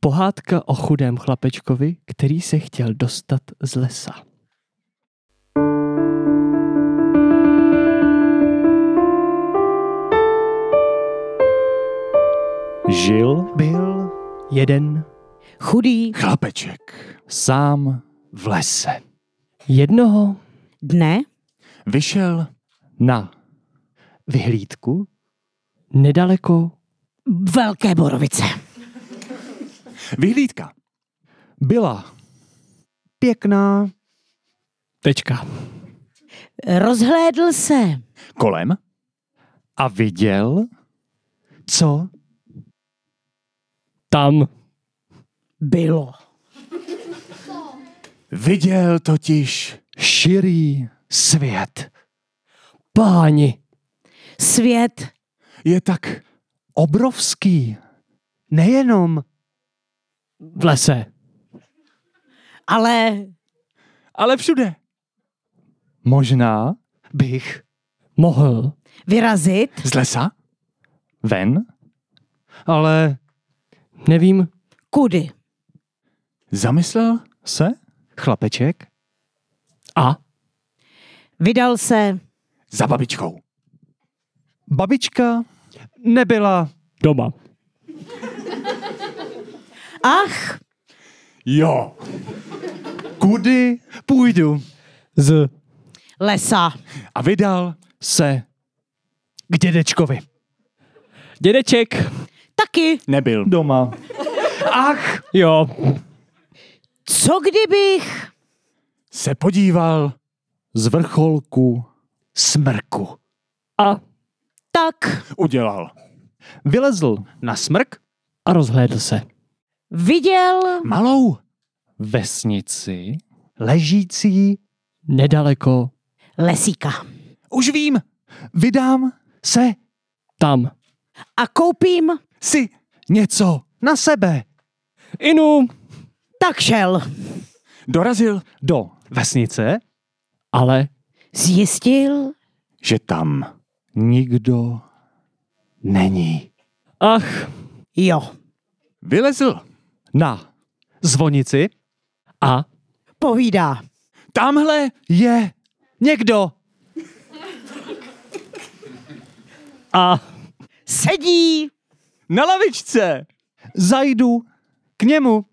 Pohádka o chudém chlapečkovi, který se chtěl dostat z lesa. Žil Byl jeden Chudý chlapeček sám v lese. jednoho dne Vyšel na vyhlídku nedaleko velké borovice. vyhlídka. Byla pěkná tečka. Rozhlédl se. kolem a viděl, Co? Tam Bylo. viděl totiž širý svět. páni Svět Je tak obrovský. nejenom v lese, ale Ale všude. Možná bych mohl, vyrazit z lesa? Ven? ale nevím, kudy. Zamyslel se? chlapeček a Vydal se Za babičkou. babička nebyla doma. ach Jo. Kudy? Půjdu z lesa. A vydal se k dědečkovi. Dědeček. Taky. nebyl. Doma. Ach, jo. Co kdybych Se podíval z vrcholku smrku. A tak Udělal. vylezl na smrk a rozhlédl se. viděl Malou Vesnici ležící nedaleko lesíka Už vím, vydám se tam. a koupím, si něco na sebe. Inu tak šel Dorazil, do vesnice, ale zjistil že tam nikdo není. ach, jo. Vylezl na zvonici a Povídá. tamhle je někdo. A Sedí na lavičce. zajdu k němu.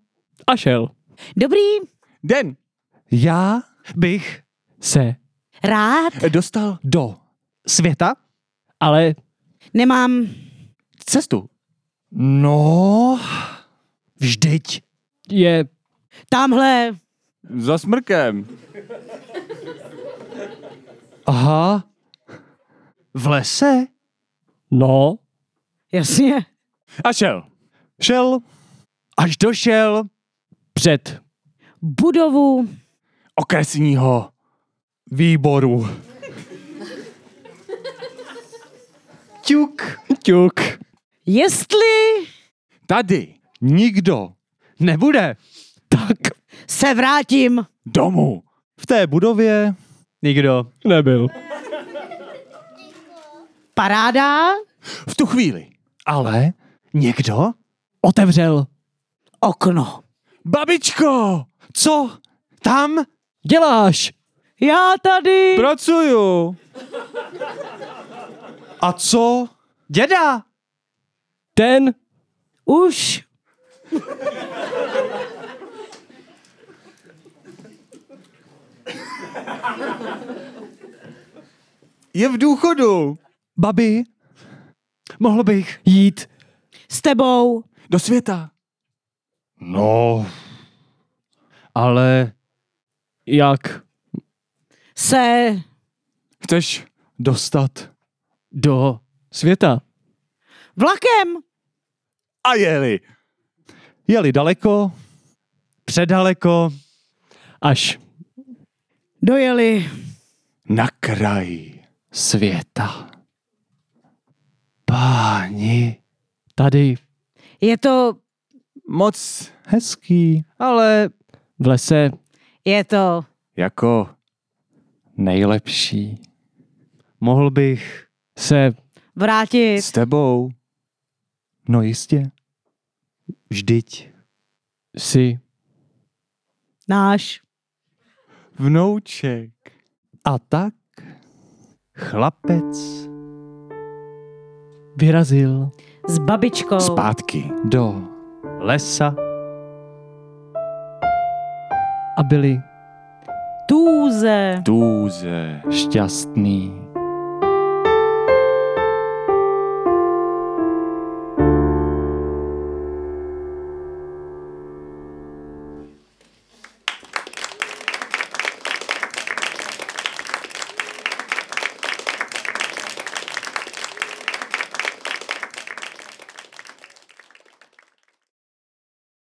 A šel. Dobrý, Den Já bych se rád, dostal do světa, ale nemám cestu. no, vždyť je tamhle Za smrkem. aha v lese. No, Jasně. A šel. šel, až došel před Budovu Okresního. výboru. Ťuk, ťuk. Jestli Tady. Nikdo nebude. Tak se vrátím Domů. v té budově nikdo nebyl. paráda, V tu chvíli. Ale někdo otevřel. okno. Babičko! Co tam děláš? Já tady. Pracuju. A co? Děda? Ten Už Je v důchodu. Babi, mohl bych jít s tebou. Do světa. No, ale jak Se Chceš dostat do světa? vlakem. a jeli. Jeli daleko, předaleko, až Dojeli. Na kraj. světa. Páni, tady Je to, Moc hezký, ale v lese je to. jako nejlepší. Mohl bych se, Vrátit. s tebou. no jistě, vždyť si náš. vnouček. A tak chlapec vyrazil S babičkou. Zpátky. do lesa a byli Tůze. Tůze. šťastní.